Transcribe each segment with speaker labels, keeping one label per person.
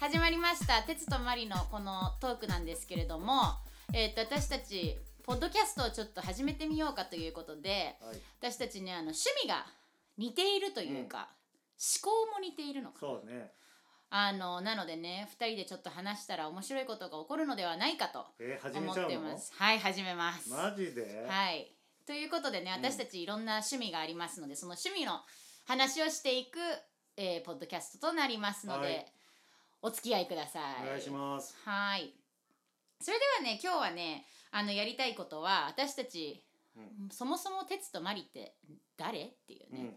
Speaker 1: 出した哲とマリのこのトークなんですけれども、えっと私たちポッドキャストをちょっと始めてみようかということで
Speaker 2: はい、
Speaker 1: 私たちねあの趣味が似ているというか、思考も似ているのか
Speaker 2: そうね
Speaker 1: あのなのでね2人でちょっと話したら面白いことが起こるのではないかと
Speaker 2: えー、始
Speaker 1: 思
Speaker 2: め
Speaker 1: っ
Speaker 2: ちゃう
Speaker 1: て
Speaker 2: の
Speaker 1: ますはい始めます、
Speaker 2: マジで、
Speaker 1: はいということでね
Speaker 2: うん
Speaker 1: 私たちいろんな趣味がありますので、その趣味の話をしていく、えーポッドキャストとなりますので、
Speaker 2: はい
Speaker 1: お付き合いください
Speaker 2: お願いします
Speaker 1: はいそれではね今日はねあのやりたいことは私たち、
Speaker 2: う
Speaker 1: そもそも哲とマリって誰っていう
Speaker 2: う
Speaker 1: ね、
Speaker 2: ん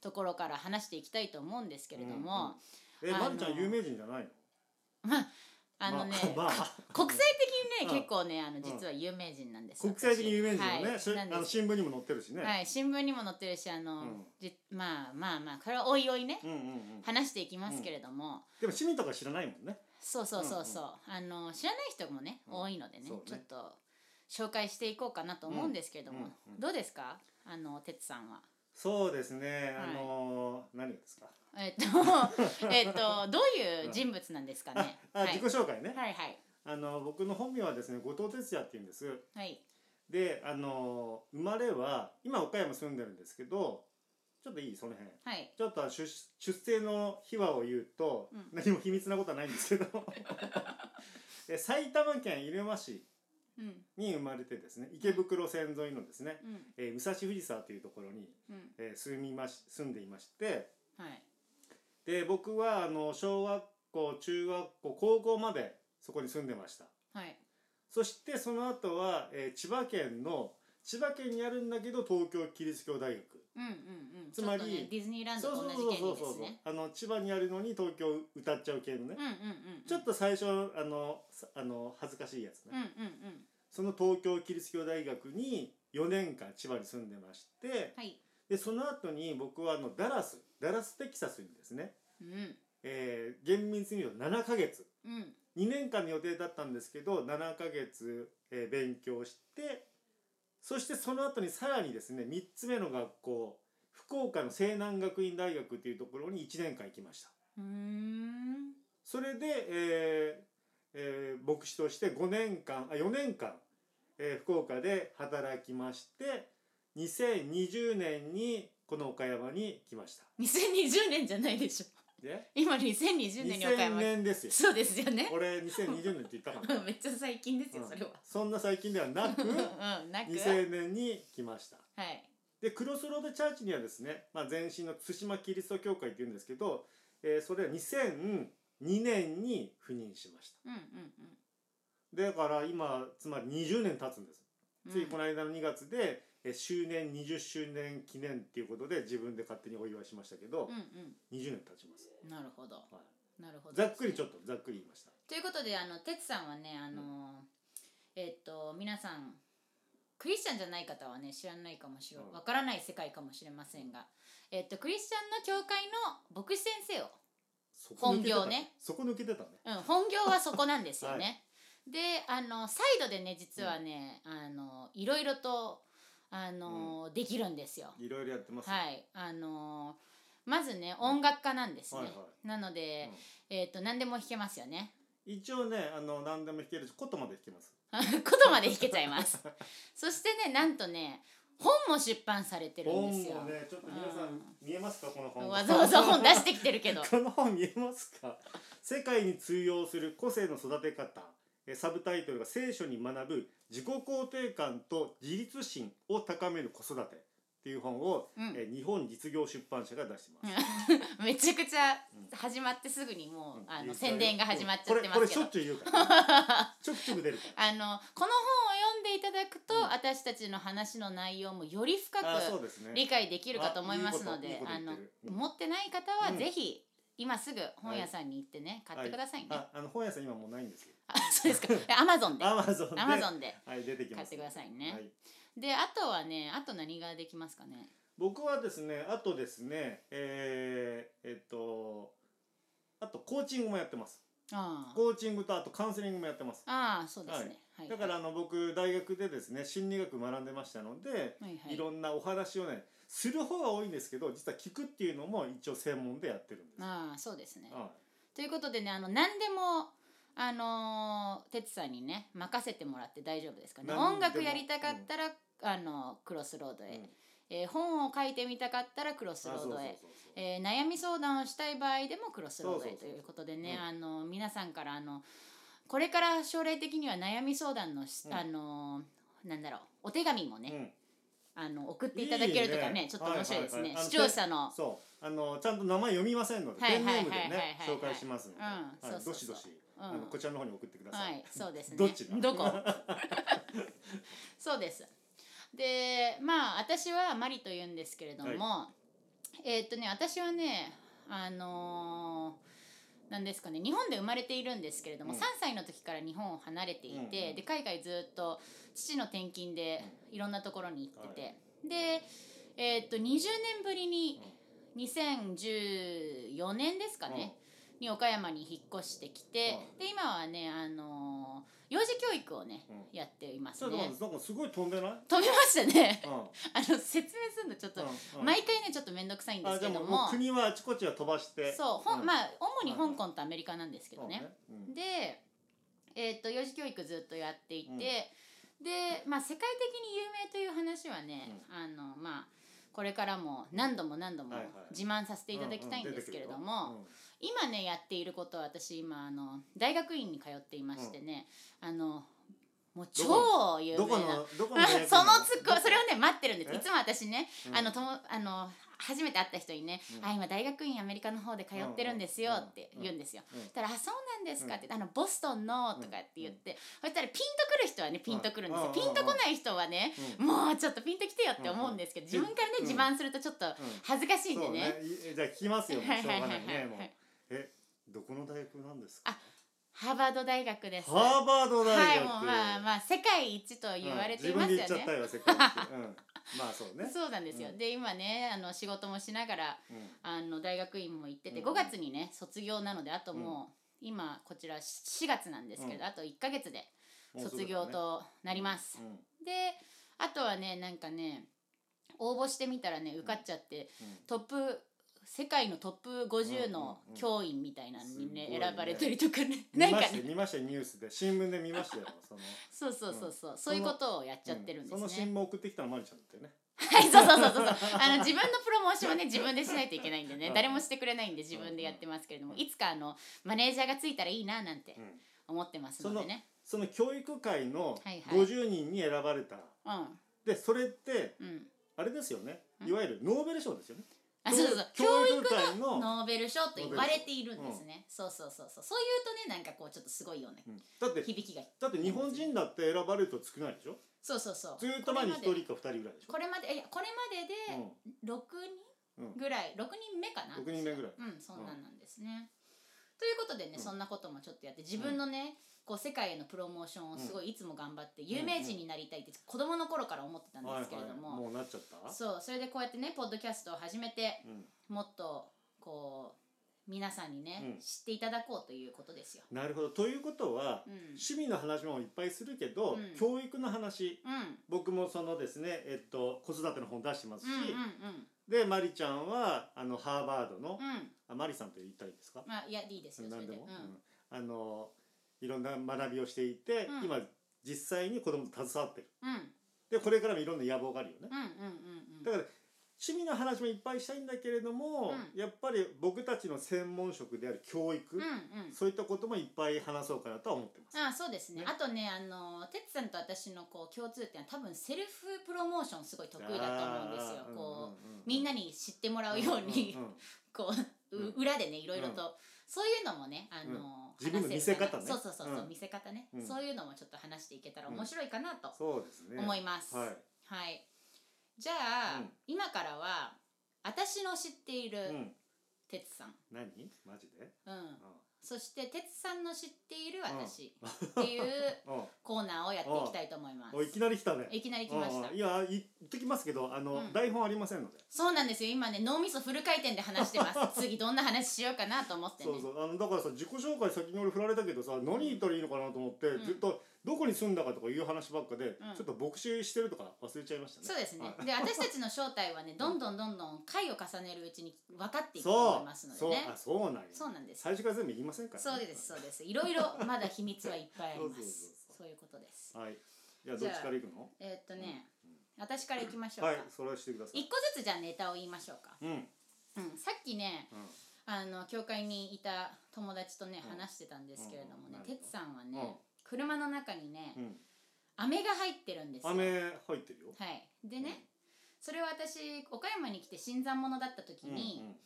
Speaker 1: ところから話していきたいと思うんですけれども、
Speaker 2: え
Speaker 1: あの
Speaker 2: まるちゃん有名人じゃないの
Speaker 1: あのね、
Speaker 2: まあ、まあ、
Speaker 1: 国際的に
Speaker 2: うん
Speaker 1: ね結構ねあの
Speaker 2: ん
Speaker 1: 実は有名人なんです、
Speaker 2: 国際的に有名人
Speaker 1: は
Speaker 2: だ
Speaker 1: い
Speaker 2: よね、それ
Speaker 1: な
Speaker 2: あ
Speaker 1: んです
Speaker 2: の新聞にも載ってるし ね、
Speaker 1: はい、新聞にも載ってるしあの、
Speaker 2: うん
Speaker 1: じまあまあまあこれはおいおいね、
Speaker 2: うんうんうん、
Speaker 1: 話していきますけれども、
Speaker 2: でも市民とか知らないもんね
Speaker 1: そうそうそうそう、あの知らない人もね、
Speaker 2: うん
Speaker 1: 多いのでね
Speaker 2: そうね
Speaker 1: ちょっと紹介していこうかなと思うんですけれども、
Speaker 2: うんうん
Speaker 1: どうですかあの哲さんは。
Speaker 2: そうですね、
Speaker 1: はい
Speaker 2: あのー、何ですか
Speaker 1: え っとえっとどういう人物なんですかね。
Speaker 2: あ、
Speaker 1: はい、
Speaker 2: 自己紹介ね、
Speaker 1: はいはい
Speaker 2: あの僕の本名はですね後藤哲也って言うんです
Speaker 1: はい
Speaker 2: であのー生まれは今岡山住んでるんですけどちょっといいその辺
Speaker 1: はい。
Speaker 2: ちょっと出出生の秘話を言うと、
Speaker 1: うん
Speaker 2: 何も秘密なことはないんですけど え埼玉県入間市
Speaker 1: うん
Speaker 2: に生まれてですね池袋線沿いのですね、
Speaker 1: うん
Speaker 2: えー武蔵藤沢というところに、
Speaker 1: うん
Speaker 2: えー住みまし住んでいまして
Speaker 1: はい
Speaker 2: で僕はあの小学校中学校高校までそこに住んでました
Speaker 1: はい
Speaker 2: そしてその後は、えー千葉県の千葉県にあるんだけど東京キリスト教大学
Speaker 1: うんうんうん。
Speaker 2: つまり
Speaker 1: ちょっとねディズニーランド
Speaker 2: そう
Speaker 1: と
Speaker 2: そ
Speaker 1: 同
Speaker 2: う
Speaker 1: じ
Speaker 2: そうそう
Speaker 1: 原理で
Speaker 2: そう
Speaker 1: すね。
Speaker 2: あの千葉にあるのに東京歌っちゃう系のね
Speaker 1: うん、うんうん。
Speaker 2: ちょっと最初あのさあの恥ずかしいやつね、
Speaker 1: うんうんうん。
Speaker 2: その東京キリスト教大学に4年間千葉に住んでまして、
Speaker 1: はい。
Speaker 2: でその後に僕はあのダラスダラステキサスにですね、
Speaker 1: うん
Speaker 2: えー厳密に言うと7ヶ月
Speaker 1: うん
Speaker 2: 2年間の予定だったんですけど7ヶ月、えー勉強してそしてその後にさらにですね3つ目の学校福岡の西南学院大学というところに1年間行きました。
Speaker 1: うーん。
Speaker 2: それで、えーえー牧師として5年間あ4年間、えー福岡で働きまして2020年にこの岡山に来ました。
Speaker 1: 2020年じゃないでしょ。
Speaker 2: で
Speaker 1: 今2020年に岡
Speaker 2: 2000
Speaker 1: 山
Speaker 2: 年ですよ。
Speaker 1: そうですよね。。
Speaker 2: 俺2020年って言ったかな
Speaker 1: めっちゃ最近ですよ、
Speaker 2: うん
Speaker 1: それは。
Speaker 2: そんな最近ではな く
Speaker 1: うん、なく。
Speaker 2: 2000年に来ました。
Speaker 1: はい。
Speaker 2: でクロスロードチャーチにはですね、まあ、前身の対馬キリスト教会っていうんですけど、えーそれは2002年に赴任しました。
Speaker 1: うんうん
Speaker 2: だから今つまり20年経つんです。
Speaker 1: うん。
Speaker 2: ついこ
Speaker 1: の
Speaker 2: の間の2月で、えー周年20周年記念っていうことで自分で勝手にお祝いしましたけど、
Speaker 1: うん
Speaker 2: 20年経ちます、
Speaker 1: うん。なるほど。
Speaker 2: は
Speaker 1: なるほど。
Speaker 2: い、ざっくりちょ
Speaker 1: っ
Speaker 2: っとざっくり言いました
Speaker 1: と。ということで、あの、てつさんはね、あのーえっと、皆さん、クリスチャンじゃない方はね、知らないかもしれ
Speaker 2: うん
Speaker 1: わからない世界かもしれませんが、えっと、クリスチャンの教会の牧師先生を、
Speaker 2: そこ抜けてた
Speaker 1: 本業ね
Speaker 2: そこ抜けてたね
Speaker 1: うん、本業はそこなんですよね。であのサイドでね実はね、あのいろいろとあの、できるんですよ。
Speaker 2: いろいろやってます、
Speaker 1: はいあのまずね音楽家なんですね。
Speaker 2: はいは
Speaker 1: なので、えっ、と何でも弾けますよね。
Speaker 2: い、一応ねあの何でも弾けるしことまで弾けます
Speaker 1: ことまで弾けちゃいます。 そしてねなんとね本も出版されてるん
Speaker 2: 本
Speaker 1: ですよ。
Speaker 2: もねちょっと皆さ
Speaker 1: うん
Speaker 2: ん見えますかこの本。
Speaker 1: わざわざ本出しててきてるけど
Speaker 2: この本見えます か世界に通用する個性の育て方えーサブタイトルが聖書に学ぶ自己肯定感と自立心を高める子育てっていう本を
Speaker 1: うん
Speaker 2: えー日本実業出版社が出してます。
Speaker 1: めちゃくちゃ
Speaker 2: うん
Speaker 1: 始まってすぐにもう、
Speaker 2: うん
Speaker 1: あ
Speaker 2: いい
Speaker 1: の
Speaker 2: ですよ
Speaker 1: 宣伝が始まっちゃってま
Speaker 2: これこ
Speaker 1: すけど。
Speaker 2: れしょっちゅう言う から、ちょくちょく出るか
Speaker 1: あのこの本を読んでいただくと、
Speaker 2: うん
Speaker 1: 私たちの話の内容もより深
Speaker 2: ら。あそう
Speaker 1: く
Speaker 2: ですね。
Speaker 1: 理解できるかと思いますの
Speaker 2: あいい
Speaker 1: で
Speaker 2: こと
Speaker 1: あ
Speaker 2: いいこと言っ
Speaker 1: の
Speaker 2: てるうん
Speaker 1: 持ってない方は
Speaker 2: うん
Speaker 1: ぜひ、今すぐ本屋さんに行ってね、買ってくださいね、
Speaker 2: ああの本屋さん今もうないんですよ。
Speaker 1: あ そ うですかアマゾンで
Speaker 2: アマゾンで。
Speaker 1: アマゾンで
Speaker 2: はい出てき
Speaker 1: 買
Speaker 2: ま
Speaker 1: っ
Speaker 2: す。
Speaker 1: てくださいね、
Speaker 2: はい。
Speaker 1: であとはねあと何ができますかね
Speaker 2: 僕はですねあとですねえー、えっとあとコーチングもやってます。
Speaker 1: ああ
Speaker 2: コーチングとあとカウンセリングもやってます。
Speaker 1: ああそうですね、はい
Speaker 2: だから
Speaker 1: は
Speaker 2: あの僕大学でですね心理学学んでましたので、
Speaker 1: いはい
Speaker 2: いろんなお話をねする方が多いんですけど実は聞くっていうのも一応専門でやってるんです。
Speaker 1: ああそうですね
Speaker 2: は
Speaker 1: ということでねあの何でもあのー、哲さんにね任せてもらって大丈夫ですかね
Speaker 2: 何でも
Speaker 1: 音楽やりたかったら、あのクロスロードへ、
Speaker 2: うん
Speaker 1: えー本を書いてみたかったらクロスロ
Speaker 2: あ
Speaker 1: ー
Speaker 2: そうそう
Speaker 1: ド
Speaker 2: そう
Speaker 1: へ
Speaker 2: そう
Speaker 1: えー悩み相談をしたい場合でもクロスロードへ
Speaker 2: そうそう
Speaker 1: と
Speaker 2: そう
Speaker 1: いうことでね
Speaker 2: うん
Speaker 1: あの皆さんからあのこれから将来的には悩み相談のし、
Speaker 2: うん
Speaker 1: あのーなんだろうお手紙も
Speaker 2: う
Speaker 1: ね、
Speaker 2: ん
Speaker 1: あの送っていただけるとかね
Speaker 2: いいね
Speaker 1: ちょっと面白いですね、
Speaker 2: はいはいはいあの
Speaker 1: 視聴者の
Speaker 2: そうあのちゃんと名前読みませんので
Speaker 1: は
Speaker 2: ペ
Speaker 1: いはい
Speaker 2: ン
Speaker 1: は
Speaker 2: ネ
Speaker 1: い
Speaker 2: ームで
Speaker 1: はいはい
Speaker 2: ね
Speaker 1: はい
Speaker 2: 紹介しますので、
Speaker 1: うん
Speaker 2: はい
Speaker 1: そうそうそう
Speaker 2: どしどし、
Speaker 1: うん
Speaker 2: あのこちらの方に送ってくださ、
Speaker 1: はいい、そうですね。
Speaker 2: どっちだ
Speaker 1: ど こそうです。で、まあ私はマリと言うんですけれども、えーっとね、私はね、あのーなんですかね日本で生まれているんですけれども、
Speaker 2: うん
Speaker 1: 3歳の時から日本を離れてい
Speaker 2: う
Speaker 1: て、
Speaker 2: んうん
Speaker 1: で海外ずっと父の転勤でいろんなところに行ってて、で、えーっと20年ぶりに2014年ですかね、に岡山に引っ越してきて、で今はね、あのー幼児教育をね、
Speaker 2: うん
Speaker 1: やっています
Speaker 2: そうだから
Speaker 1: ね
Speaker 2: なんかすごい飛んでない、うん
Speaker 1: 飛びましたね
Speaker 2: うん
Speaker 1: あの説明するのちょっと、
Speaker 2: うん
Speaker 1: 毎回ねちょっと面倒くさいんで
Speaker 2: あ
Speaker 1: す
Speaker 2: じ
Speaker 1: け
Speaker 2: ゃあも
Speaker 1: ど
Speaker 2: う
Speaker 1: も
Speaker 2: もう国はあちこちは飛ばして
Speaker 1: そう、ほん
Speaker 2: んあ
Speaker 1: まあ主に香港とアメリカなんですけどね、
Speaker 2: うん
Speaker 1: で、えー、と幼児教育ずっとやっていて、で、まあ、世界的に有名という話はね、あのまあこれからも何度も何度も
Speaker 2: はいはい
Speaker 1: 自慢させていただきたいんですけれども、今ねやっていることは私今あの大学院に通っていましてね、あのも
Speaker 2: ど
Speaker 1: う
Speaker 2: こ
Speaker 1: 超
Speaker 2: う
Speaker 1: 有
Speaker 2: んど
Speaker 1: 名
Speaker 2: こ
Speaker 1: な
Speaker 2: のどこ
Speaker 1: あ
Speaker 2: の大学
Speaker 1: そ
Speaker 2: な
Speaker 1: のツッコミそれをね待ってるんです
Speaker 2: え
Speaker 1: いつも私ね、
Speaker 2: うん
Speaker 1: あのともあの初めて会った人にね「
Speaker 2: うん
Speaker 1: あ今大学院アメリカの方で通ってるんですよ」って言うんですよ。
Speaker 2: うんうん
Speaker 1: そしたら「あそうなんですか」って「あのボストンの」とかって言って、そしたらピンとくる人はねピンとくるんですよ、
Speaker 2: うん
Speaker 1: ピンとこない人はね、
Speaker 2: うん
Speaker 1: もうちょっとピンときてよって思うんですけど、自分からね、
Speaker 2: うん
Speaker 1: 自慢するとちょっと恥ずかしいん で
Speaker 2: そう
Speaker 1: ね。
Speaker 2: ねいじゃあ聞きますよもうしょうがないねもう
Speaker 1: はい
Speaker 2: えどこの大学なんですか
Speaker 1: ハーバード大学です。
Speaker 2: ハーバード
Speaker 1: は
Speaker 2: 大
Speaker 1: い、
Speaker 2: 学
Speaker 1: もうまあまあ世界一と言われています
Speaker 2: うん自分で
Speaker 1: よね。
Speaker 2: 言っちゃったよ世界一、うん、 まあそうね
Speaker 1: そうなんですよ。
Speaker 2: うん
Speaker 1: で今ねあの仕事もしながら
Speaker 2: うん
Speaker 1: あの大学院も行ってて、
Speaker 2: うん
Speaker 1: 5月にね卒業なのであともう、今こちら4月なんですけど、
Speaker 2: うん
Speaker 1: あと1ヶ月で
Speaker 2: もうすぐ
Speaker 1: 卒
Speaker 2: だね
Speaker 1: 業となります。
Speaker 2: うんうん
Speaker 1: であとはねなんかね応募してみたらね受かっちゃって、トップ世界のトップ50の
Speaker 2: うんうんうん
Speaker 1: 教員みたいなのにね,、
Speaker 2: すごいね
Speaker 1: 選ばれたりとかねな
Speaker 2: 見
Speaker 1: んか
Speaker 2: ま
Speaker 1: ね
Speaker 2: したよ見ましたよニュースで新聞で見ましたよ その
Speaker 1: そうそうそうそう、そういうことをやっちゃってるんですね。
Speaker 2: うんその新聞送ってきたのまりちゃんだよね
Speaker 1: はい、そうそうそうそうそう。あの自分のプロモーションはね自分でしないといけないんでね、
Speaker 2: うん
Speaker 1: 誰もしてくれないんで自分でやってますけれども、
Speaker 2: うん
Speaker 1: いつかあのマネージャーがついたらいいななんて
Speaker 2: うん
Speaker 1: 思ってますのでね。
Speaker 2: その教育界の
Speaker 1: はいはい
Speaker 2: 50人に選ばれた、
Speaker 1: うん
Speaker 2: でそれって
Speaker 1: うん。
Speaker 2: あれですよね
Speaker 1: うん
Speaker 2: いわゆるノーベル賞ですよね
Speaker 1: あ、そうそうそう。
Speaker 2: 教
Speaker 1: 教
Speaker 2: 育
Speaker 1: 育
Speaker 2: 界の
Speaker 1: のノーベル賞と言われているんですね。そうそうそうそう。そういうとねなんかこうちょっとすごいよね。
Speaker 2: うんだって
Speaker 1: 響きが。
Speaker 2: だって日本人だって選ばれると少ないでしょ
Speaker 1: そうそうそう。
Speaker 2: ずーっと前に1人
Speaker 1: これまで
Speaker 2: か2人ぐらいでしょ
Speaker 1: これまでいやこれまでで
Speaker 2: う
Speaker 1: 六
Speaker 2: うん
Speaker 1: 人ぐらい六人目かな。
Speaker 2: ん、6人目ぐらい
Speaker 1: うん、そんなんなんですね。ということで
Speaker 2: う
Speaker 1: ね、
Speaker 2: ん
Speaker 1: そんなこともちょっとやって自分のね、こう世界へのプロモーションをすごいいつも頑張って、有名人になりたいって子供の頃から思ってたんですけれども、
Speaker 2: もうなっちゃった
Speaker 1: そうそれでこうやってねポッドキャストを始めて
Speaker 2: うん、
Speaker 1: もっとこう皆さんにね、
Speaker 2: うん
Speaker 1: 知っていただこうということですよ。
Speaker 2: なるほどということは、
Speaker 1: うん、
Speaker 2: 趣味の話もいっぱいするけど、
Speaker 1: うん
Speaker 2: 教育の話
Speaker 1: うん、うん
Speaker 2: 僕もそのですね、えっと、子育ての本出してますし、
Speaker 1: うん
Speaker 2: でマリちゃんはあのハーバードの
Speaker 1: うん、うん
Speaker 2: あマリさんと言ったらいいですか、
Speaker 1: まあいやいいですよそれ
Speaker 2: 何
Speaker 1: で。
Speaker 2: で
Speaker 1: うん
Speaker 2: も、うんあのいろんな学びをしていて、
Speaker 1: うん
Speaker 2: 今実際に子供と携わってる
Speaker 1: うん
Speaker 2: でこれからもいろんな野望があるよね、
Speaker 1: うんうんうんう
Speaker 2: だ
Speaker 1: ん
Speaker 2: から趣味の話もいっぱいしたいんだけれども、
Speaker 1: う
Speaker 2: やっぱり僕たちの専門職である教育、
Speaker 1: うんうん
Speaker 2: そういったこともいっぱい話そうかなとは思ってます、
Speaker 1: ああそうですね
Speaker 2: ね
Speaker 1: あとねあの哲さんと私のこう共通点は多分セルフプロモーションすごい得意だと思うんですよ
Speaker 2: あー
Speaker 1: こう、
Speaker 2: うんうんうん
Speaker 1: みんなに知ってもらうように、
Speaker 2: んんん
Speaker 1: こう、う
Speaker 2: うん
Speaker 1: 裏でねいろいろと、
Speaker 2: うん
Speaker 1: そういうのもねあの、
Speaker 2: うん自分の見せ方ね
Speaker 1: 話せるかなそうそうそうそう、
Speaker 2: うん
Speaker 1: 見せ方ね、
Speaker 2: うん
Speaker 1: そういうのもちょっと話していけたら面白いかなと
Speaker 2: そうですね
Speaker 1: 思います、
Speaker 2: はい
Speaker 1: はいじゃあ、
Speaker 2: うん
Speaker 1: 今からは私の知っていうる
Speaker 2: ん、
Speaker 1: 哲さん、
Speaker 2: 何マジで、
Speaker 1: うん
Speaker 2: う
Speaker 1: そして哲さんの知っている私っていう、
Speaker 2: んうん
Speaker 1: コーナーをやっていきたいと思います。
Speaker 2: おいきなり来たね
Speaker 1: いきなり来ました。
Speaker 2: うんいやいときますけどあの、
Speaker 1: うん
Speaker 2: 台本ありませんので
Speaker 1: そうなんですよ今ね脳みそフル回転で話してま す次どんな話しようかなと思ってね
Speaker 2: そうそうあのだからさ自己紹介先に俺振られたけどさ何言ったらいいのかなと思って、
Speaker 1: うん
Speaker 2: ずっとどこに住んだかとかいう話ばっかで、
Speaker 1: ん
Speaker 2: ちょっと牧師してるとか忘れちゃいましたね
Speaker 1: そうですね、
Speaker 2: はい
Speaker 1: で私たちの正体はねどんどんどんどん回を重ねるうちに分かっていくと思いますので
Speaker 2: そう
Speaker 1: ね
Speaker 2: あそうなんや
Speaker 1: そうなんです
Speaker 2: 最初から全部言いませんからね、
Speaker 1: そうですそうですいろいろまだ秘密はいっぱいあります
Speaker 2: そうそうそう
Speaker 1: そういうことです
Speaker 2: はいじゃあ
Speaker 1: じ
Speaker 2: ど
Speaker 1: ゃ
Speaker 2: っ
Speaker 1: あ
Speaker 2: ちからいくの
Speaker 1: えーっとね、私からいきましょうか、
Speaker 2: はいそれはしてください
Speaker 1: 一個ずつじゃあネタを言いましょうか、
Speaker 2: うんうん
Speaker 1: うん、さっきねあの教会にいた友達とね
Speaker 2: うん
Speaker 1: 話してたんですけれどもね
Speaker 2: うん
Speaker 1: 哲、さんはね、
Speaker 2: うん
Speaker 1: 車の中にね、
Speaker 2: うん
Speaker 1: 飴が入ってるんですよ
Speaker 2: 雨入ってるよ
Speaker 1: はいで
Speaker 2: うん
Speaker 1: ね、それは私岡山に来て新参者だった時に、
Speaker 2: うんうん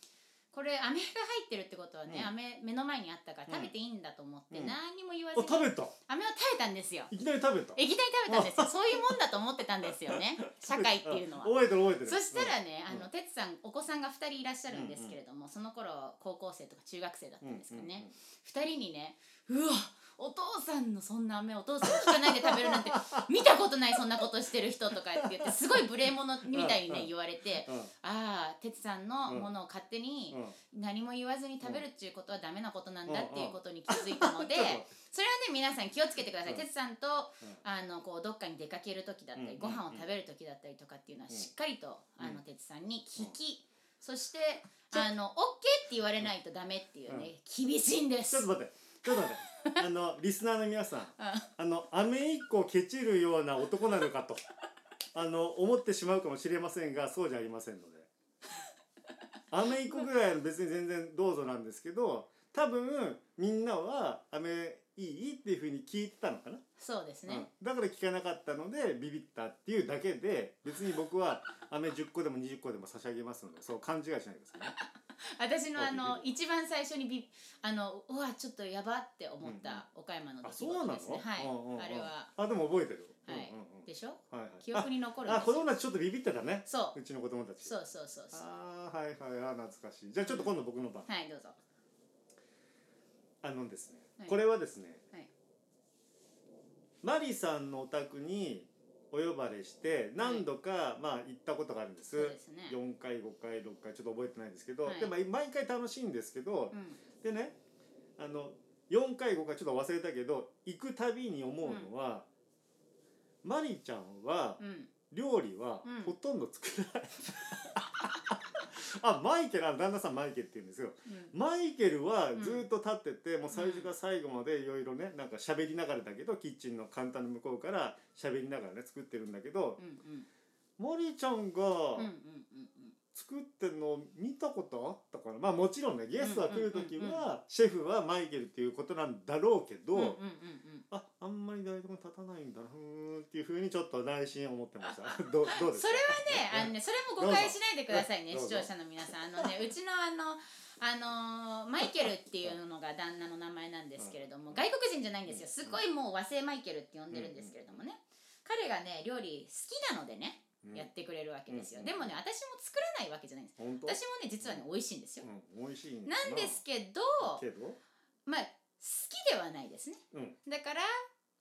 Speaker 1: これ飴が入ってるってことはね、
Speaker 2: うん
Speaker 1: 飴目の前にあったから
Speaker 2: うん
Speaker 1: 食べていいんだと思って、
Speaker 2: うん
Speaker 1: 何にも言わ
Speaker 2: あ
Speaker 1: ず
Speaker 2: 食
Speaker 1: に
Speaker 2: べた
Speaker 1: 飴を食べたんですよ
Speaker 2: いきなり食べた
Speaker 1: 液体食べたんですよそういうもんだと思ってたんですよ ね社会っていうのは
Speaker 2: あ。覚えてる覚えてる
Speaker 1: そしたらね、
Speaker 2: うん
Speaker 1: あの哲さんお子さんが2人いらっしゃるんですけれども、その頃高校生とか中学生だったんですかね、2人にね「うわお父さんのそんな飴お父さん聞かないで食べるなんて 見たことないそんなことしてる人」とかって言ってすごい無礼者みたいに
Speaker 2: うんう
Speaker 1: ね
Speaker 2: ん
Speaker 1: 言われて
Speaker 2: うんうん
Speaker 1: 「ああ哲さんのものを勝手に
Speaker 2: うんうん
Speaker 1: 何も言わずに食べるっていうことはダメなことなんだ」っていうことに気づいたので
Speaker 2: ちょっ
Speaker 1: それはね皆さん気をつけてください。
Speaker 2: うん
Speaker 1: 哲さんと
Speaker 2: とうん
Speaker 1: あのこうどっかに出かける時だったり、
Speaker 2: うん
Speaker 1: ご飯を食べる時だったりとかっていうのは
Speaker 2: うん
Speaker 1: しっかりと、
Speaker 2: うん
Speaker 1: あの哲さんに聞き、そして
Speaker 2: ちょ
Speaker 1: あの OK って言われないとダメっていうね、厳しいんで
Speaker 2: ち
Speaker 1: す
Speaker 2: ょっと待ってちょっと待ってあ のリスナーの皆さん
Speaker 1: うん
Speaker 2: あの飴一個をケチるような男なのか とあの思ってしまうかもしれませんがそうじゃありませんので飴一個ぐらいは別に全然どうぞなんですけど多分みんなは飴いいっていうふうに聞いてたのかな、
Speaker 1: そうですね、
Speaker 2: うん、だから聞かなかったのでビビったっていうだけで別に僕は飴10個でも20個でも差し上げますのでそう勘違いしないでくださいね。
Speaker 1: 私のあの
Speaker 2: そうビ
Speaker 1: 一番最初にビあのうわちょっとやばって思った岡山の出
Speaker 2: あ
Speaker 1: 来
Speaker 2: そう
Speaker 1: 事
Speaker 2: なの
Speaker 1: ですね、はい、
Speaker 2: うんうんうん
Speaker 1: あれは
Speaker 2: あでも覚えてる、
Speaker 1: はい
Speaker 2: うんうんうん
Speaker 1: でしょ
Speaker 2: はいはい、
Speaker 1: 記憶に残るん
Speaker 2: あ
Speaker 1: で
Speaker 2: あ
Speaker 1: す
Speaker 2: 子
Speaker 1: よ
Speaker 2: 供たちちょっとビビってたね
Speaker 1: そう
Speaker 2: うちの子供たち
Speaker 1: そうそうそうそう
Speaker 2: ああはいはいあー懐かしいじゃあちょっと今度僕の番、
Speaker 1: はいどうぞ
Speaker 2: あのですね、
Speaker 1: はい
Speaker 2: これはですね、
Speaker 1: はい
Speaker 2: マリさんのお宅にお呼ばれして何度か、まあ行ったことがあるんです
Speaker 1: そうですね
Speaker 2: 4回5回6回ちょっと覚えてないんですけど、
Speaker 1: はい
Speaker 2: でも毎回楽しいんですけど
Speaker 1: う、
Speaker 2: で
Speaker 1: ん
Speaker 2: ねあの4回5回ちょっと忘れたけど行くたびに思うのは、マリちゃんは
Speaker 1: うん
Speaker 2: 料理は
Speaker 1: うん
Speaker 2: ほとんど作らない、あマイケルあの旦那さんマイケルって言うんですよ
Speaker 1: うん
Speaker 2: マイケルはずっと立ってて、もう最初から最後までいろいろねなんか喋りながらだけどキッチンの簡単の向こうから喋りながらね作ってるんだけど
Speaker 1: う、ん
Speaker 2: マリちゃん
Speaker 1: うんうんうんうん
Speaker 2: が
Speaker 1: うん
Speaker 2: 作ってんの見たことあったから、まあもちろんねゲストが来る時
Speaker 1: うんうんうん
Speaker 2: はシェフはマイケルっていうことなんだろうけど、
Speaker 1: うんうんうん
Speaker 2: ああんまり台所に立たないんだなふーんっていうふうにちょっと内心思ってましたどうどうです
Speaker 1: そ
Speaker 2: か
Speaker 1: れはね、あのね、それも誤解しないでください
Speaker 2: ど
Speaker 1: ね、視
Speaker 2: うぞ
Speaker 1: 聴者の皆さん、あのね、うちのあの。あのーマイケルっていうのが旦那の名前なんですけれど
Speaker 2: うん
Speaker 1: も、外国人じゃないんです
Speaker 2: う
Speaker 1: よ。
Speaker 2: ん
Speaker 1: すごいもう和製マイケルって呼んでるんですけれどもね。彼がね、料理好きなのでね、
Speaker 2: うん
Speaker 1: やってくれるわけです
Speaker 2: う
Speaker 1: よ。
Speaker 2: ん
Speaker 1: でもね、私も作らないわけじゃないんです。
Speaker 2: 本当
Speaker 1: 私もね、実はね、美味しいんですよ。
Speaker 2: うん、美味しいんだ
Speaker 1: なんですけど、
Speaker 2: けど
Speaker 1: まあ、好きではないですね。
Speaker 2: うん
Speaker 1: だから、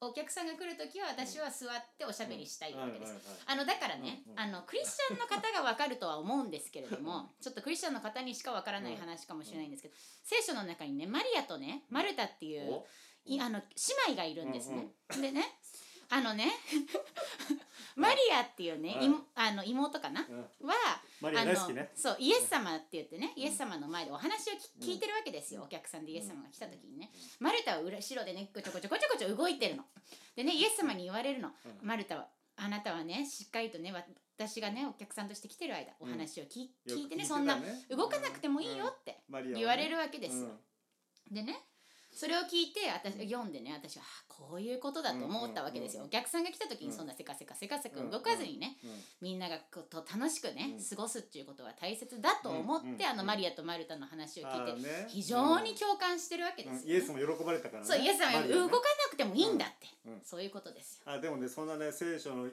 Speaker 1: お客さんが来るときは、私は座っておしゃべりしたいわけです。
Speaker 2: はいはいはい
Speaker 1: あのだからね、
Speaker 2: うんうん
Speaker 1: あのクリスチャンの方がわかるとは思うんですけれどもちょっとクリスチャンの方にしかわからない話かもしれないんですけど、聖書の中にねマリアとねマルタっていう、
Speaker 2: お
Speaker 1: いあの姉妹がいるんですね。でねあのねマリアっていうね、
Speaker 2: はい
Speaker 1: いもあの妹かなは、
Speaker 2: うんマリ
Speaker 1: あ
Speaker 2: ア
Speaker 1: の
Speaker 2: 大好きね
Speaker 1: そうイエス様って言ってね、
Speaker 2: うん
Speaker 1: イエス様の前でお話をき
Speaker 2: うん
Speaker 1: 聞いてるわけですよ、
Speaker 2: うん
Speaker 1: お客さんでイエス様が来た時にね、マルタは裏後ろでねごちょごちょごちょごちょ動いてるの。でねイエス様に言われるの、
Speaker 2: うん
Speaker 1: マルタはあなたはねしっかりとねわ私がねお客さんとして来てる間お話を聞,、
Speaker 2: よく
Speaker 1: 聞いてねそんな動かなくてもいいよって言われるわけ
Speaker 2: で
Speaker 1: ですよ。でねそれを聞いて私
Speaker 2: うん
Speaker 1: 読んでね私はあこういうことだと思ったわけですよ、
Speaker 2: うんうんうんうん
Speaker 1: お客さんが来た時に
Speaker 2: うん
Speaker 1: そんなせかせかせかせか動かずにね、みんながこうと楽しくね、
Speaker 2: うん
Speaker 1: 過ごすっていうことは大切だと思って、
Speaker 2: うんうんうん
Speaker 1: あのマリアとマルタの話を聞いて
Speaker 2: て
Speaker 1: 非常に共感してるわけですよ、ね
Speaker 2: イエスも喜ばれたからね
Speaker 1: そうイエス様
Speaker 2: マ
Speaker 1: が
Speaker 2: リアね
Speaker 1: 動かなくてもいいんだって、
Speaker 2: うんうん
Speaker 1: そういうことですよ
Speaker 2: あでもねそんなね聖書のい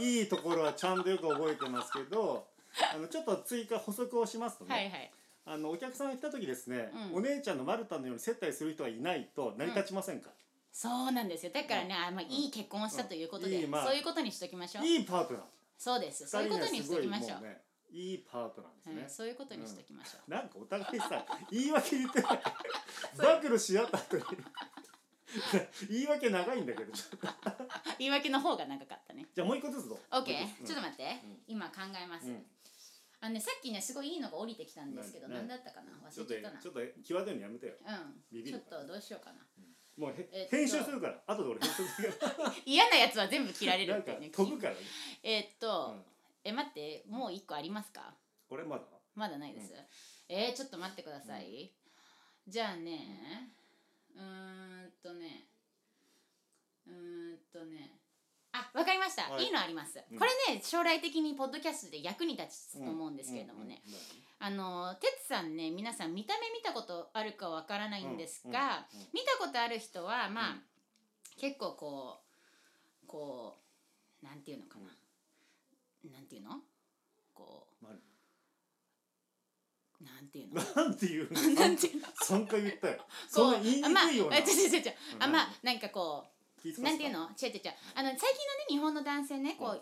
Speaker 2: いい いところはちゃんとよく覚えてますけどあのちょっと追加補足をしますとね、
Speaker 1: はいはい
Speaker 2: あのお客さんが来た時ですね、
Speaker 1: うん
Speaker 2: お姉ちゃんのマルタのように接待する人はいないと成り立ちませんか、
Speaker 1: そうなんですよだからね、あまあ、
Speaker 2: ん
Speaker 1: いい結婚をしたということで、
Speaker 2: いいまあ
Speaker 1: そういうことにしときましょう、
Speaker 2: いいパートナー
Speaker 1: そうですそういうことにしときましょう、
Speaker 2: ねいいパートナーですね
Speaker 1: はい、、そういうことにしときましょう、
Speaker 2: なんかお互いさ言い訳言ってない
Speaker 1: そう
Speaker 2: 暴露し合った後に 言い訳長いんだけどちょっと
Speaker 1: 言い訳の方が長かったね
Speaker 2: じゃあもう一個ずつどうう
Speaker 1: OK、
Speaker 2: ん
Speaker 1: ちょっと待って、
Speaker 2: うん
Speaker 1: 今考えます、
Speaker 2: うん
Speaker 1: あのねさっきねすごいいいのが降りてきたんですけど
Speaker 2: な
Speaker 1: 何
Speaker 2: な
Speaker 1: だったかな
Speaker 2: ちょっ
Speaker 1: 忘
Speaker 2: と
Speaker 1: れちゃったな
Speaker 2: ちょっと際どいのやめてよ
Speaker 1: う
Speaker 2: ビ
Speaker 1: ん
Speaker 2: ビ
Speaker 1: ちょ
Speaker 2: る
Speaker 1: っ
Speaker 2: から
Speaker 1: とどうしようかな
Speaker 2: もうへ、
Speaker 1: えっと
Speaker 2: 編集するから後で俺編集するか
Speaker 1: 嫌なやつは全部切られ
Speaker 2: らな
Speaker 1: る
Speaker 2: ん
Speaker 1: って
Speaker 2: か
Speaker 1: いうね
Speaker 2: 飛ぶから、ね
Speaker 1: えーっ
Speaker 2: う
Speaker 1: と、
Speaker 2: ん、
Speaker 1: え待ってもう一個ありますか
Speaker 2: これまだ
Speaker 1: まだないです、えー、ちょっと待ってください、じゃあねうーんとねうーんとねあわかりました、
Speaker 2: はい
Speaker 1: い、いのあります、
Speaker 2: うん
Speaker 1: これね将来的にポッドキャストで役に立つと思うんですけれどもね、
Speaker 2: うんうん
Speaker 1: あのてつさんね皆さん見た目見たことあるかわからないんですが、
Speaker 2: うんうん
Speaker 1: 見たことある人はまあ、
Speaker 2: うん
Speaker 1: 結構こうこうなんていうのかな、なんていうのこ
Speaker 2: うん
Speaker 1: うなんていうの
Speaker 2: 何て言うの
Speaker 1: なんていうの
Speaker 2: 3回言ったよ そん
Speaker 1: こ
Speaker 2: な言いにく
Speaker 1: あまあ
Speaker 2: いような
Speaker 1: あ違う違う違う
Speaker 2: うん
Speaker 1: あまあなんかこう
Speaker 2: 気遣わせた
Speaker 1: なんていうの違う違う違うあの最近のね日本の男性ねこう、
Speaker 2: うん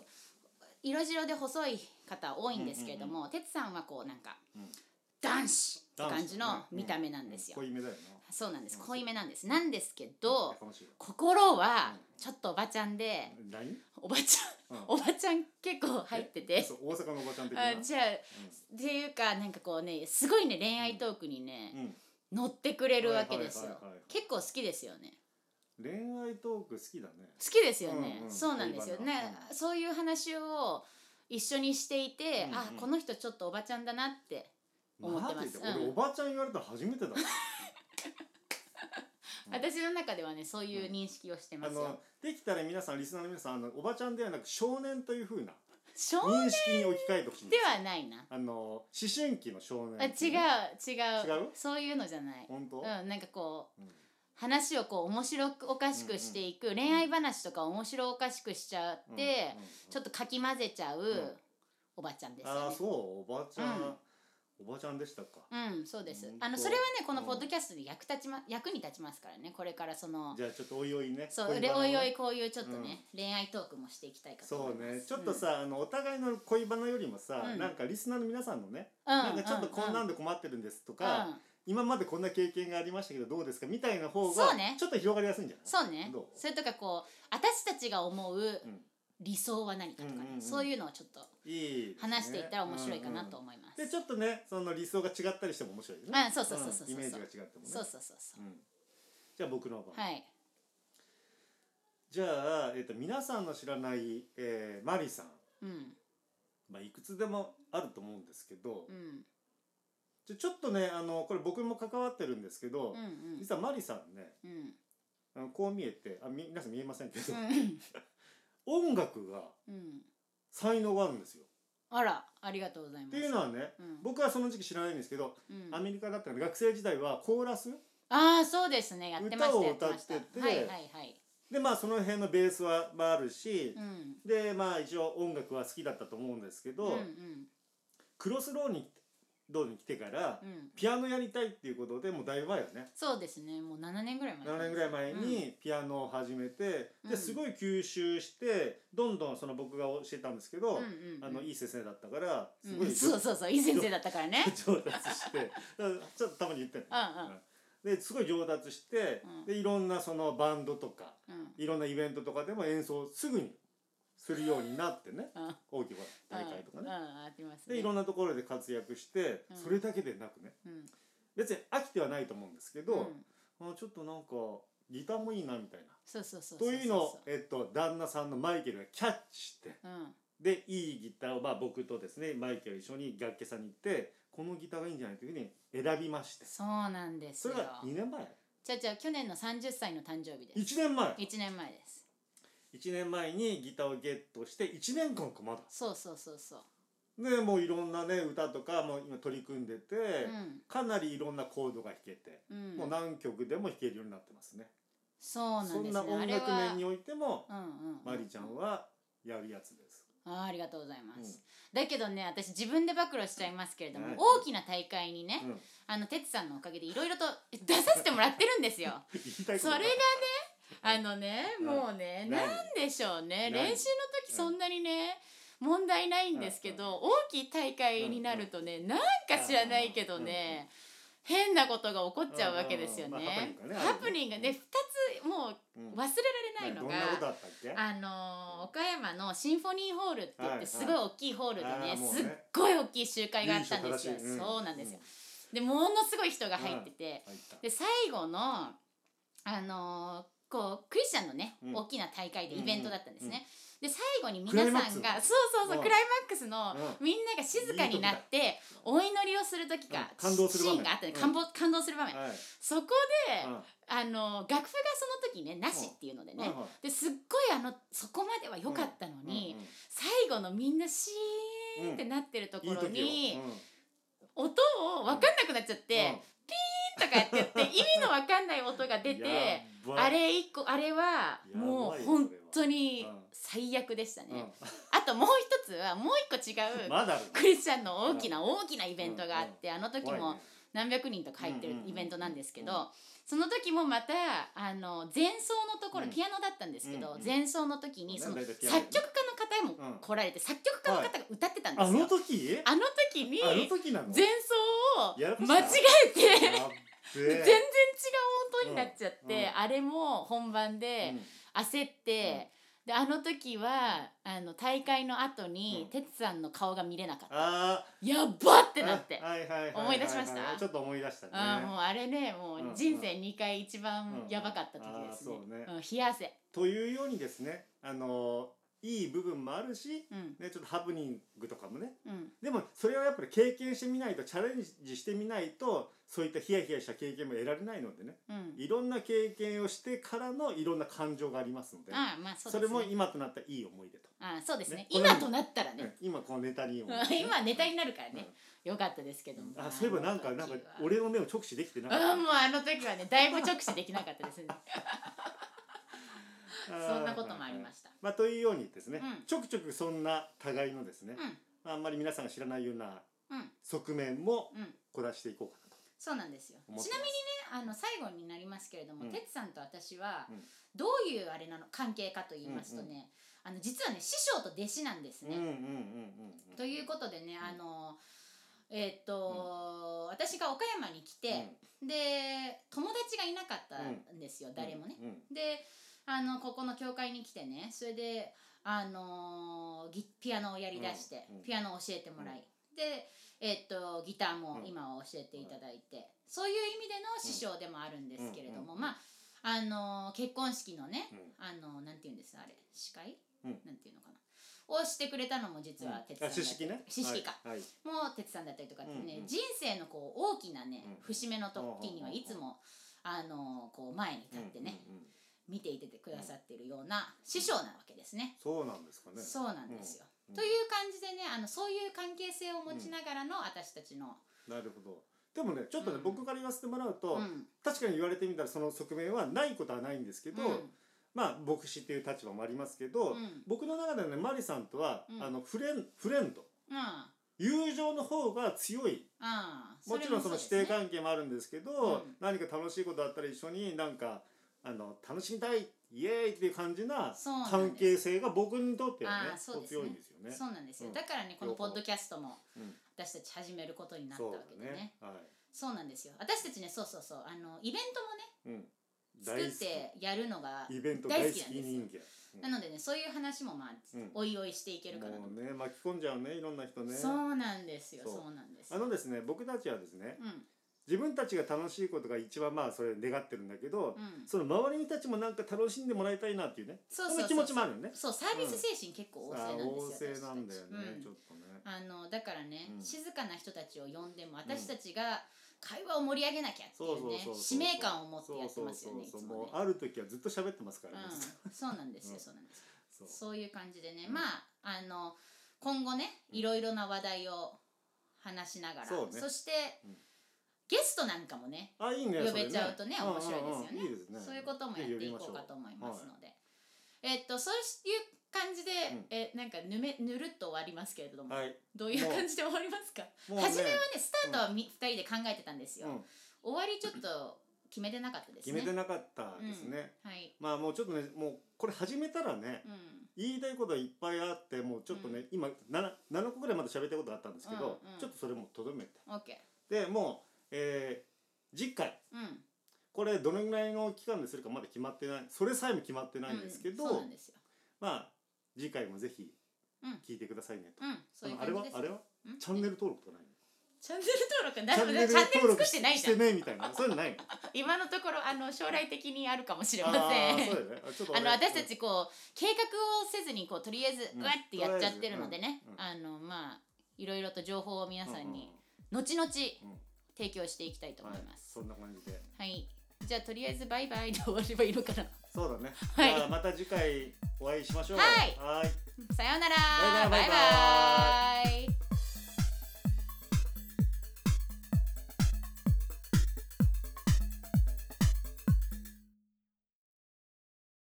Speaker 1: 色白で細い方多いんですけれども哲、さんはこうなんか、
Speaker 2: うん
Speaker 1: 男子って
Speaker 2: 男子
Speaker 1: 感じの見た目なんですよ、
Speaker 2: うん濃いめだよな
Speaker 1: そうなんです
Speaker 2: うん
Speaker 1: 濃いめなんですなんですけど
Speaker 2: やかましいわ
Speaker 1: 心は
Speaker 2: う
Speaker 1: ちょっとおばちゃんで
Speaker 2: 何、うん、
Speaker 1: おばちゃん おばちゃん結構入ってて
Speaker 2: そう大阪のおばちゃん的な
Speaker 1: あじゃあっていうかなんかこうねすごいね恋愛トークに
Speaker 2: う
Speaker 1: ね、
Speaker 2: んうん
Speaker 1: 乗ってくれるわけです
Speaker 2: は
Speaker 1: よ、
Speaker 2: いはいはいはい
Speaker 1: 結構好きですよね
Speaker 2: 恋愛トーク好きだね
Speaker 1: 好きですよね、
Speaker 2: うんうん
Speaker 1: そうなんですよ
Speaker 2: 恋バナ
Speaker 1: ね、そういう話を一緒にしていて、
Speaker 2: うんうん
Speaker 1: あこの人ちょっとおばちゃんだなって思ってます
Speaker 2: マジで
Speaker 1: う
Speaker 2: 俺
Speaker 1: ん
Speaker 2: おばちゃん言われたの初めてだもんうん
Speaker 1: 私の中ではねそういう認識をしてま
Speaker 2: あ
Speaker 1: すよ、
Speaker 2: のできたら皆さんリスナーの皆さんあのおばちゃんではなく少年というふうな
Speaker 1: 少年
Speaker 2: 認識に置き換えてほしいん
Speaker 1: ですはないな、
Speaker 2: あの思春期の少年
Speaker 1: あ違う違う
Speaker 2: 違う
Speaker 1: そういうのじゃない、
Speaker 2: 本当、
Speaker 1: うん、なんかこう
Speaker 2: うん
Speaker 1: 話をこう面白くおかしくしていく、恋愛話とか面白おかしくしちゃって、
Speaker 2: うんうん
Speaker 1: ちょっとかき混ぜちゃう、
Speaker 2: ん
Speaker 1: おばちゃんですよね
Speaker 2: ああそうおばちゃん、
Speaker 1: うん
Speaker 2: おばちゃんでしたか、
Speaker 1: うん、そうです
Speaker 2: 本。当
Speaker 1: あのそれはねこの
Speaker 2: うん
Speaker 1: ポッドキャストで役立ちま役に立ちますからね。これからその
Speaker 2: じゃあちょっとおいおいね
Speaker 1: そう
Speaker 2: 恋バ
Speaker 1: で
Speaker 2: ナを
Speaker 1: お
Speaker 2: ね
Speaker 1: いおいこういうちょっとね、恋愛トークもしていきたいかと
Speaker 2: そ
Speaker 1: 思
Speaker 2: う
Speaker 1: います。
Speaker 2: ねちょっとさ、あのお互いの恋バナよりもさ、
Speaker 1: うん
Speaker 2: なんかリスナーの皆さんのね、
Speaker 1: うん、
Speaker 2: なんかちょっとこんなんで
Speaker 1: と
Speaker 2: 困ってるんですとか、今までこんな経験がありましたけどどうですかみたいな方が
Speaker 1: そうね
Speaker 2: ちょっと広がりやすいんじゃない
Speaker 1: そうね
Speaker 2: どう。
Speaker 1: それとかこう私たちが思う
Speaker 2: うん
Speaker 1: 理想は何かとかね、
Speaker 2: うんうんうん
Speaker 1: そういうのをちょっと
Speaker 2: いいですね
Speaker 1: 話していったら面白いかなと思います。
Speaker 2: でちょっとねその理想が違ったりしても面白いよね、
Speaker 1: うんそうそうそうそうそう
Speaker 2: イメージが違ってもね
Speaker 1: そうそうそうそうう。
Speaker 2: ん、じゃあ僕の番、
Speaker 1: はい
Speaker 2: じゃあ、えっと皆さんの知らない、えーマリさん、
Speaker 1: うん
Speaker 2: まあ、いくつでもあると思うんですけど、
Speaker 1: うん
Speaker 2: じゃちょっとねあのこれ僕も関わってるんですけど、
Speaker 1: うんうん
Speaker 2: 実はマリさんね
Speaker 1: うんうん
Speaker 2: あのこう見えてあみ皆さん見えませんけど、
Speaker 1: うん
Speaker 2: 音楽が
Speaker 1: うん
Speaker 2: 才能があるんですよ。
Speaker 1: あらありがとうございま
Speaker 2: っ
Speaker 1: す。
Speaker 2: ていうのはね
Speaker 1: うん
Speaker 2: 僕はその時期知らないんですけど、
Speaker 1: うん
Speaker 2: アメリカだったから学生時代はコーラス
Speaker 1: ああそうですねやってました
Speaker 2: 歌を
Speaker 1: やってました
Speaker 2: 歌ってて
Speaker 1: はいはいはい
Speaker 2: でまあその辺のベースは、まあ、あるし
Speaker 1: う、ん
Speaker 2: でまあ一応音楽は好きだったと思うんですけど、
Speaker 1: うんうん
Speaker 2: クロスローにローに来てから、
Speaker 1: うん
Speaker 2: ピアノやりたいっていうことでもうだいぶ前よね
Speaker 1: そうですねもう7年ぐらい前
Speaker 2: 7年ぐらい前にピアノを始めて、
Speaker 1: うん
Speaker 2: ですごい吸収してどんどんその僕が教えたんですけど、
Speaker 1: うんうんうん
Speaker 2: あのいい先生だったからす
Speaker 1: うん
Speaker 2: ごい
Speaker 1: そ
Speaker 2: 上
Speaker 1: うそうそういい先生だったからね
Speaker 2: 上達してだからちょっとたまに言ってる
Speaker 1: う、ん
Speaker 2: ですごい上達して、
Speaker 1: うん
Speaker 2: でいろんなそのバンドとか
Speaker 1: うんうん
Speaker 2: いろんなイベントとかでも演奏をすぐにするようになってね
Speaker 1: うん
Speaker 2: 大きい大会とか
Speaker 1: うん
Speaker 2: ね。
Speaker 1: うんありますね
Speaker 2: でいろんなところで活躍して、
Speaker 1: うん
Speaker 2: それだけでなくね
Speaker 1: うん
Speaker 2: 別に飽きてはないと思うんですけ
Speaker 1: う
Speaker 2: ど、
Speaker 1: ん
Speaker 2: あちょっとなんかギターもいいなみたいな。
Speaker 1: そうそうそうそ
Speaker 2: と
Speaker 1: う
Speaker 2: いうのを、えっと、旦那さんのマイケルがキャッチして
Speaker 1: うん
Speaker 2: でいいギターを、まあ、僕とですねマイケル一緒に楽器屋さんに行ってこのギターがいいんじゃないというふうに選びまして
Speaker 1: そうなんです
Speaker 2: そ
Speaker 1: よ
Speaker 2: れが2年前
Speaker 1: じゃあじゃあ去年の30歳の誕生日です
Speaker 2: 1年前
Speaker 1: 1年前です
Speaker 2: 1年前にギターをゲットして1年間かまだ
Speaker 1: そうそうそうそう
Speaker 2: でもういろんなね歌とかも今取り組んでて、
Speaker 1: うん
Speaker 2: かなりいろんなコードが弾けて、
Speaker 1: うん
Speaker 2: もう何曲でも弾けるようになってますね
Speaker 1: そうなんです
Speaker 2: な
Speaker 1: ねあ
Speaker 2: 音
Speaker 1: れ
Speaker 2: 楽
Speaker 1: は
Speaker 2: 面においても
Speaker 1: うんうん
Speaker 2: マリちゃんはやるやつです
Speaker 1: あーありがとうございます、
Speaker 2: うん
Speaker 1: だけどね私自分で暴露しちゃいますけれども、
Speaker 2: はい
Speaker 1: 大きな大会にね、
Speaker 2: うん
Speaker 1: あのてつさんのおかげでいろいろと出させてもらってるんですよ
Speaker 2: 言いたいこ
Speaker 1: そ
Speaker 2: と
Speaker 1: れ
Speaker 2: が
Speaker 1: がねあのね、
Speaker 2: うん
Speaker 1: もうね、
Speaker 2: 何
Speaker 1: なんでしょうね
Speaker 2: 何
Speaker 1: 練習の時そんなにね、問題ないんですけど、大きい大会になるとね、なんか知らないけどね、変なことが起こっちゃうわけですよ
Speaker 2: うんうんうんまあハプニ
Speaker 1: ね
Speaker 2: ングが。ねあるよね
Speaker 1: ハプニングがね2つもう
Speaker 2: うん
Speaker 1: 忘れられない
Speaker 2: ど
Speaker 1: の
Speaker 2: ん
Speaker 1: が、
Speaker 2: なことあったっけ
Speaker 1: あのー岡山のシンフォニーホールって言
Speaker 2: はい
Speaker 1: っ
Speaker 2: は
Speaker 1: て
Speaker 2: い
Speaker 1: すごい大きいホールでね,、
Speaker 2: あーもうね
Speaker 1: すっごい大きい集会があったんですよ
Speaker 2: 由緒正しいうん
Speaker 1: そうなんですよ、でものすごい人が入ってて、
Speaker 2: 入った
Speaker 1: で最後のあのーこうクリスチャンのね、
Speaker 2: うん
Speaker 1: 大きな大会でイベントだったんですね、で最後に
Speaker 2: クラ
Speaker 1: 皆
Speaker 2: イマック
Speaker 1: さ
Speaker 2: ス
Speaker 1: ん
Speaker 2: だ
Speaker 1: がそうそうそう
Speaker 2: うん
Speaker 1: クライマックスの
Speaker 2: う
Speaker 1: みんなが静かになってお祈りをする時が、
Speaker 2: うん感動する場面
Speaker 1: シーンがあったんで感動感動する場面、
Speaker 2: はい
Speaker 1: そこで、
Speaker 2: うん
Speaker 1: あの楽譜がその時ねなしっていうのでね、
Speaker 2: うんうん
Speaker 1: ですっごいあのそこまでは良かったのに、
Speaker 2: うんうん
Speaker 1: 最後のみんなシーンってなってるところ
Speaker 2: いい時
Speaker 1: に
Speaker 2: よ
Speaker 1: 音を分かんなくなっちゃ
Speaker 2: う
Speaker 1: っ
Speaker 2: ん
Speaker 1: て「とかやって言って意味の分かんない音が
Speaker 2: うん
Speaker 1: 出
Speaker 2: や
Speaker 1: て
Speaker 2: ばい
Speaker 1: あれ一個あれは
Speaker 2: ばいよ
Speaker 1: も
Speaker 2: それは
Speaker 1: う本当に
Speaker 2: うん
Speaker 1: 最悪でした
Speaker 2: う
Speaker 1: ね
Speaker 2: ん。
Speaker 1: あともう一つはもう一個違う
Speaker 2: まだある
Speaker 1: クリスチャンの大きな大きなイベントがあってあの時
Speaker 2: 怖いね
Speaker 1: も何百人とか入ってる
Speaker 2: うんうんうん
Speaker 1: イベントなんですけ
Speaker 2: う
Speaker 1: どその時もまたあの前奏のところ
Speaker 2: うん
Speaker 1: ピアノだったんですけ
Speaker 2: うん
Speaker 1: ど
Speaker 2: うん
Speaker 1: 前奏の時にその
Speaker 2: ね
Speaker 1: 作
Speaker 2: 大体
Speaker 1: 曲
Speaker 2: ピアノ
Speaker 1: 家の方も来られて作曲家の方が歌ってたんで
Speaker 2: あ
Speaker 1: す
Speaker 2: の
Speaker 1: よ。
Speaker 2: 時
Speaker 1: あの時に
Speaker 2: あの時なの
Speaker 1: 前奏を間違えて
Speaker 2: やっべえ
Speaker 1: 全然違う音になっちゃって、
Speaker 2: うんうん
Speaker 1: あれも本番で
Speaker 2: うん
Speaker 1: 焦って、であの時はあの大会の後に、
Speaker 2: うん
Speaker 1: てつさんの顔が見れなかった
Speaker 2: あー
Speaker 1: やっばってなって
Speaker 2: あはいはいははは
Speaker 1: 思い出しました
Speaker 2: ちょっと思い出したね
Speaker 1: あーもうあれねも
Speaker 2: うん
Speaker 1: う人生2回一番
Speaker 2: うん
Speaker 1: やばかった時ですね,、
Speaker 2: あー
Speaker 1: う
Speaker 2: そう
Speaker 1: ん
Speaker 2: ね
Speaker 1: 冷や汗、
Speaker 2: というようにですねあのいい部分もあるし
Speaker 1: うん
Speaker 2: ねちょっとハプニングとかもね
Speaker 1: うん
Speaker 2: でもそれはやっぱり経験してみないとチャレンジしてみないとそういったヒヤヒヤした経験も得られないのでね
Speaker 1: うん、
Speaker 2: いろんな経験をしてからのいろんな感情がありますので
Speaker 1: あーまあそう
Speaker 2: そ
Speaker 1: で
Speaker 2: れ
Speaker 1: すね
Speaker 2: も今となったいい思い出と、
Speaker 1: あーそうですね
Speaker 2: ねこれ
Speaker 1: 今となったら
Speaker 2: うん
Speaker 1: ね、
Speaker 2: 今こうネタにいい思い
Speaker 1: うん
Speaker 2: 出
Speaker 1: 今ネタになるからね、よかったですけ
Speaker 2: う
Speaker 1: ども
Speaker 2: ん、あそういえばなんか
Speaker 1: あの
Speaker 2: なん
Speaker 1: 時
Speaker 2: か
Speaker 1: は
Speaker 2: 俺の目を直視できてなかっ
Speaker 1: あ
Speaker 2: た
Speaker 1: ーもうあの時はねだいぶ直視できなかった ですねそんなこともありま
Speaker 2: た。
Speaker 1: した
Speaker 2: まあ、というようにですね、
Speaker 1: うん
Speaker 2: ちょくちょくそんな互いのですね、
Speaker 1: う
Speaker 2: あんまり皆さんが知らないようなん
Speaker 1: うん
Speaker 2: 側面も
Speaker 1: うん
Speaker 2: こだしていこうかなと。
Speaker 1: そうなんですよ
Speaker 2: 思っ
Speaker 1: ち
Speaker 2: て
Speaker 1: な
Speaker 2: ます
Speaker 1: みにねあの最後になりますけれども
Speaker 2: うん
Speaker 1: 哲、さんと私は
Speaker 2: うん
Speaker 1: どういうあれなの関係かと言いますとね、
Speaker 2: うん
Speaker 1: あの実はね師匠と弟子なんですね。
Speaker 2: うんうんうんうん。
Speaker 1: ということでね
Speaker 2: ん
Speaker 1: あのえーっと、私が岡山に来
Speaker 2: と
Speaker 1: て、で友達がいなかったんですよ、誰もね。
Speaker 2: うん
Speaker 1: であのここの教会に来てねそれで、あのーギピアノをやりだして、
Speaker 2: うんうん
Speaker 1: ピアノを教えてもらい、
Speaker 2: うん
Speaker 1: で、えっとギターも
Speaker 2: うん
Speaker 1: 今は教えていただいて、そういう意味での師匠でもあるんですけれども、
Speaker 2: うん
Speaker 1: まあ、あのー結婚式のね、
Speaker 2: うんうん
Speaker 1: あのーなんて言うんですかあれ司会、
Speaker 2: うん
Speaker 1: なんていうのかなをしてくれたのも実は哲さんだ
Speaker 2: あ、
Speaker 1: った
Speaker 2: 知
Speaker 1: り
Speaker 2: 識ね。
Speaker 1: 知識か、
Speaker 2: はい。はい。
Speaker 1: も哲さんだったりとかってね、
Speaker 2: うんうん
Speaker 1: 人生のこう大きなね、
Speaker 2: うん
Speaker 1: 節目の時にはいつも、あのーこう前に立ってね、
Speaker 2: うんうんうん。
Speaker 1: 見ていてくださっているような師匠なわけですね。
Speaker 2: そうなんですかね。
Speaker 1: そうなんですよ、
Speaker 2: うん
Speaker 1: という感じでねあのそういう関係性を持ちながらの私たちの、
Speaker 2: なるほど。でもね、ちょっとね、
Speaker 1: うん
Speaker 2: 僕から言わせてもらう
Speaker 1: う
Speaker 2: と、
Speaker 1: ん
Speaker 2: 確かに言われてみたらその側面はないことはないんですけど、
Speaker 1: う
Speaker 2: まあ牧師っていう立場もありますけど、
Speaker 1: んうん
Speaker 2: 僕の中ではねマリさんとは、
Speaker 1: うん
Speaker 2: あのフレンフレンド
Speaker 1: うんあ
Speaker 2: 友情の方が強い
Speaker 1: あ
Speaker 2: もちろんその師弟関係もあるんですけど
Speaker 1: うん
Speaker 2: 何か楽しいことあったら一緒になんかあの楽しみたいイエーイっていう感じな
Speaker 1: そうなんです
Speaker 2: 関係性が僕にとってはね
Speaker 1: あーそうですね
Speaker 2: 強いんですよね。
Speaker 1: そうなんですよ、
Speaker 2: うん
Speaker 1: だからねこのポッドキャストも
Speaker 2: うん
Speaker 1: 私たち始めることになった
Speaker 2: そう
Speaker 1: わ
Speaker 2: だ
Speaker 1: けでねそう
Speaker 2: ね。は
Speaker 1: なんですよ私たちねそうそうそうあのイベン
Speaker 2: い。うん。
Speaker 1: トもね作ってやるのが
Speaker 2: 大好きイベント
Speaker 1: 大
Speaker 2: 大
Speaker 1: 好
Speaker 2: 好
Speaker 1: き
Speaker 2: き
Speaker 1: なんですよ
Speaker 2: 人間。
Speaker 1: なのでねそういう話もまあ、
Speaker 2: うん
Speaker 1: おいおいしていけるかなと
Speaker 2: もうね巻き込んじゃうねいろんな人ね。
Speaker 1: そうなんですよ
Speaker 2: そ
Speaker 1: そううなんです
Speaker 2: あ
Speaker 1: よ
Speaker 2: のですね僕たちはですね
Speaker 1: うん
Speaker 2: 自分たちが楽しいことが一番まあそれ願ってるんだけど、
Speaker 1: うん
Speaker 2: その周りたちもなんか楽しんでもらいたいなっていうね
Speaker 1: そうそうそう
Speaker 2: の気持ちもあるよね。
Speaker 1: そうサービス精神結構旺
Speaker 2: あ
Speaker 1: 盛なん
Speaker 2: 旺
Speaker 1: ですよ、
Speaker 2: 盛なんだよね、
Speaker 1: 私たち
Speaker 2: ちょっとね。
Speaker 1: うん、あのだからね、
Speaker 2: うん
Speaker 1: 静かな人たちを呼んでも私たちが会話を盛り上げなきゃってい
Speaker 2: そう
Speaker 1: う
Speaker 2: そう
Speaker 1: ね
Speaker 2: そうそう
Speaker 1: 使命感を持ってやってますよねい
Speaker 2: そうそうそう
Speaker 1: つ
Speaker 2: そう
Speaker 1: も
Speaker 2: も
Speaker 1: ね
Speaker 2: うある時はずっと喋ってますから、ね
Speaker 1: うん、そうなんですよ、
Speaker 2: うん
Speaker 1: そうなんですよ
Speaker 2: そう
Speaker 1: そういう感じでね、
Speaker 2: うん
Speaker 1: まああの今後ねいろいろな話題を話しながら
Speaker 2: そうね
Speaker 1: して、
Speaker 2: うん
Speaker 1: ゲストなんかもね
Speaker 2: あいいね
Speaker 1: 呼べちゃうとね面白い
Speaker 2: うんうんうんいいです
Speaker 1: で
Speaker 2: ね
Speaker 1: すよねそういうこともやっていこうかと思いますので、えっとそういう感じで、
Speaker 2: うん
Speaker 1: えなんかぬめぬるっと終わりますけれども、
Speaker 2: はい
Speaker 1: どういう感じで終わりますか、
Speaker 2: もうね
Speaker 1: 初めはねスタートはみ、二人で考えてたんですよ、
Speaker 2: うん
Speaker 1: 終わりちょっと決めてなかったです
Speaker 2: 決
Speaker 1: ね
Speaker 2: めてなかったですね、
Speaker 1: はい
Speaker 2: まあもうちょっとねもうこれ始めたらね、
Speaker 1: うん
Speaker 2: 言いたいことはいっぱいあってもうちょっとね、今 7, 7個ぐらいまだ喋ったことあったんですけど、
Speaker 1: うんうん
Speaker 2: ちょっとそれもとどめて
Speaker 1: OK
Speaker 2: でもう、えー、次回
Speaker 1: うん
Speaker 2: これどのぐらいの期間でするかまだ決まってないそれさえも決まってないんですけど、
Speaker 1: うんそうなんですよ
Speaker 2: まあ次回もぜひ
Speaker 1: うん
Speaker 2: 聞いてくださいねと、
Speaker 1: うんそういう
Speaker 2: あのあれ
Speaker 1: 感じ
Speaker 2: は
Speaker 1: です
Speaker 2: あれは
Speaker 1: うん
Speaker 2: チャンネル登録とかないの
Speaker 1: チャンネル登録だからチャンネル尽くしてないじゃん
Speaker 2: してねみたいなそういうのない の
Speaker 1: 今のところあの将来的にあるかもしれません
Speaker 2: ああそう
Speaker 1: あ
Speaker 2: だよねあちょっと
Speaker 1: の私たちこう計画をせずにこうとりあえず
Speaker 2: うん
Speaker 1: うわってやっちゃってるのでね、
Speaker 2: とり
Speaker 1: あのまあいろいろと情報を皆
Speaker 2: 皆
Speaker 1: さんに後々提
Speaker 2: うん
Speaker 1: 供していきたいと思います、
Speaker 2: そんな感じで
Speaker 1: はいじゃあとりあえずバイバイで終わればいいのかな
Speaker 2: そうだね、
Speaker 1: はい
Speaker 2: じゃあまた次回お会いしましょう
Speaker 1: はい
Speaker 2: はーい
Speaker 1: さようなら
Speaker 2: バイバイバイバイ
Speaker 1: バイバイ